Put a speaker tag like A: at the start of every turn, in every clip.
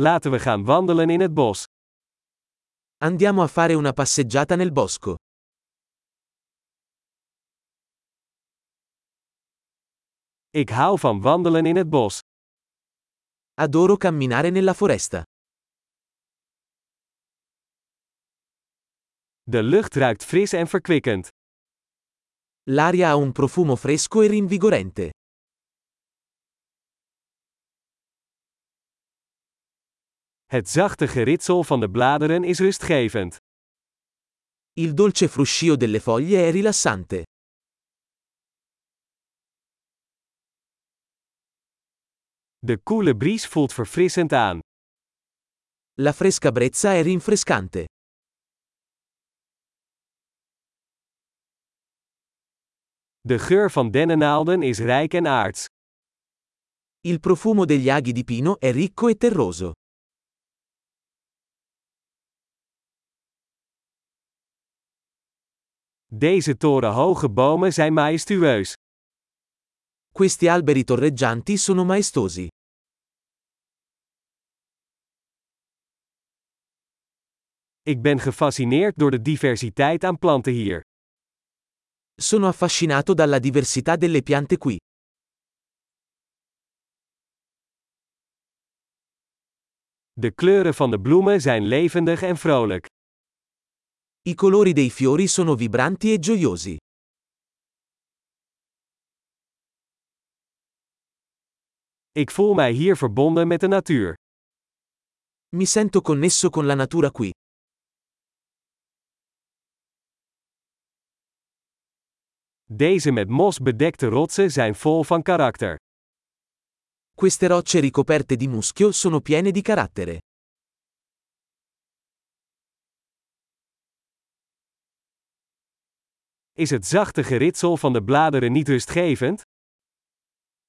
A: Laten we gaan wandelen in het bos.
B: Andiamo a fare una passeggiata nel bosco.
A: Ik hou van wandelen in het bos.
B: Adoro camminare nella foresta.
A: De lucht ruikt fris en verkwikkend.
B: L'aria ha un profumo fresco e rinvigorente.
A: Het zachte geritsel van de bladeren is rustgevend.
B: Il dolce fruscio delle foglie è rilassante.
A: De koele bries voelt verfrissend aan.
B: La fresca brezza è rinfrescante.
A: De geur van dennennaalden is rijk en aards.
B: Il profumo degli aghi di pino è ricco e terroso.
A: Deze torenhoge bomen zijn majestueus.
B: Questi alberi torreggianti sono maestosi.
A: Ik ben gefascineerd door de diversiteit aan planten hier.
B: Sono affascinato dalla diversità delle piante qui.
A: De kleuren van de bloemen zijn levendig en vrolijk.
B: I colori dei fiori sono vibranti e gioiosi.
A: Ik voel mij hier verbonden met de natuur.
B: Mi sento connesso con la natura qui.
A: Deze met mos bedekte rotsen zijn vol van karakter.
B: Queste rocce ricoperte di muschio sono piene di carattere.
A: Is het zachte geritsel van de bladeren niet rustgevend?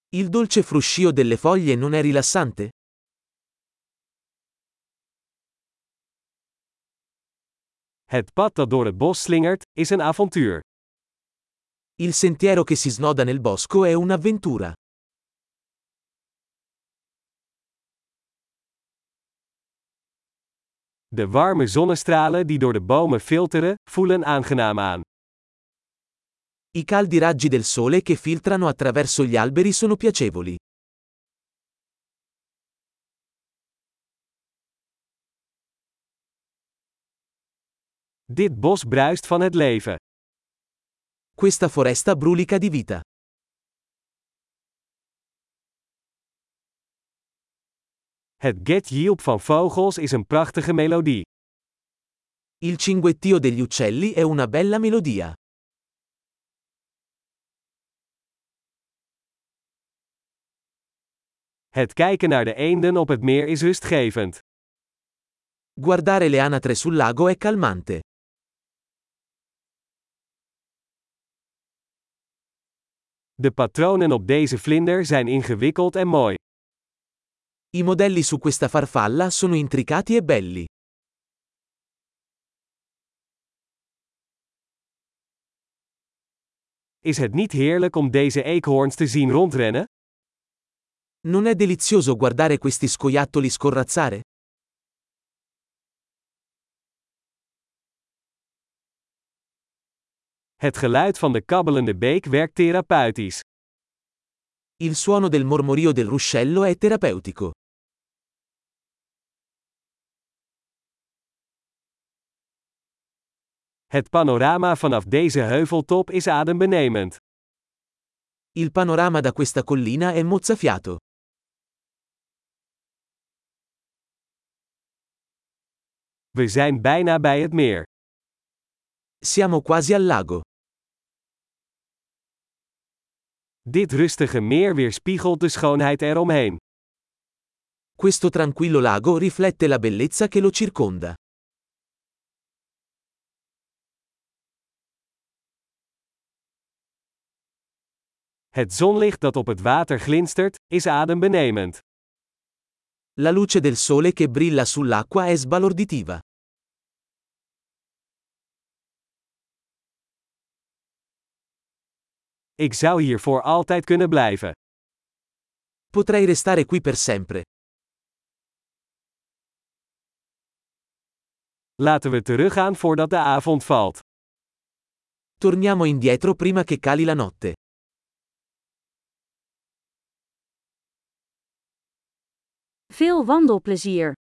B: Il dolce fruscio delle foglie non è rilassante?
A: Het pad dat door het bos slingert, is een avontuur.
B: Il sentiero che si snoda nel bosco è un'avventura.
A: De warme zonnestralen die door de bomen filteren, voelen aangenaam aan.
B: I caldi raggi del sole che filtrano attraverso gli alberi sono piacevoli.
A: Dit bos bruist van het leven.
B: Questa foresta brulica di vita.
A: Het get Yielp van vogels is een prachtige melodie.
B: Il cinguettio degli uccelli è una bella melodia.
A: Het kijken naar de eenden op het meer is rustgevend.
B: Guardare le anatre sul lago è calmante.
A: De patronen op deze vlinder zijn ingewikkeld en mooi.
B: I modelli su questa farfalla sono intricati e belli.
A: Is het niet heerlijk om deze eekhoorns te zien rondrennen?
B: Non è delizioso guardare questi scoiattoli scorrazzare?
A: Het geluid van de kabbelende beek werkt therapeutisch.
B: Il suono del mormorio del ruscello è terapeutico.
A: Het panorama vanaf deze heuveltop is adembenemend.
B: Il panorama da questa collina è mozzafiato.
A: We zijn bijna bij het meer.
B: Siamo quasi al lago.
A: Dit rustige meer weerspiegelt de schoonheid eromheen.
B: Questo tranquillo lago riflette la bellezza che lo circonda.
A: Het zonlicht dat op het water glinstert, is adembenemend.
B: La luce del sole che brilla sull'acqua è sbalorditiva.
A: Ik zou hier voor altijd kunnen blijven.
B: Potrei restare qui per sempre.
A: Laten we teruggaan voordat de avond valt.
B: Torniamo indietro prima che cali la notte.
C: Veel wandelplezier!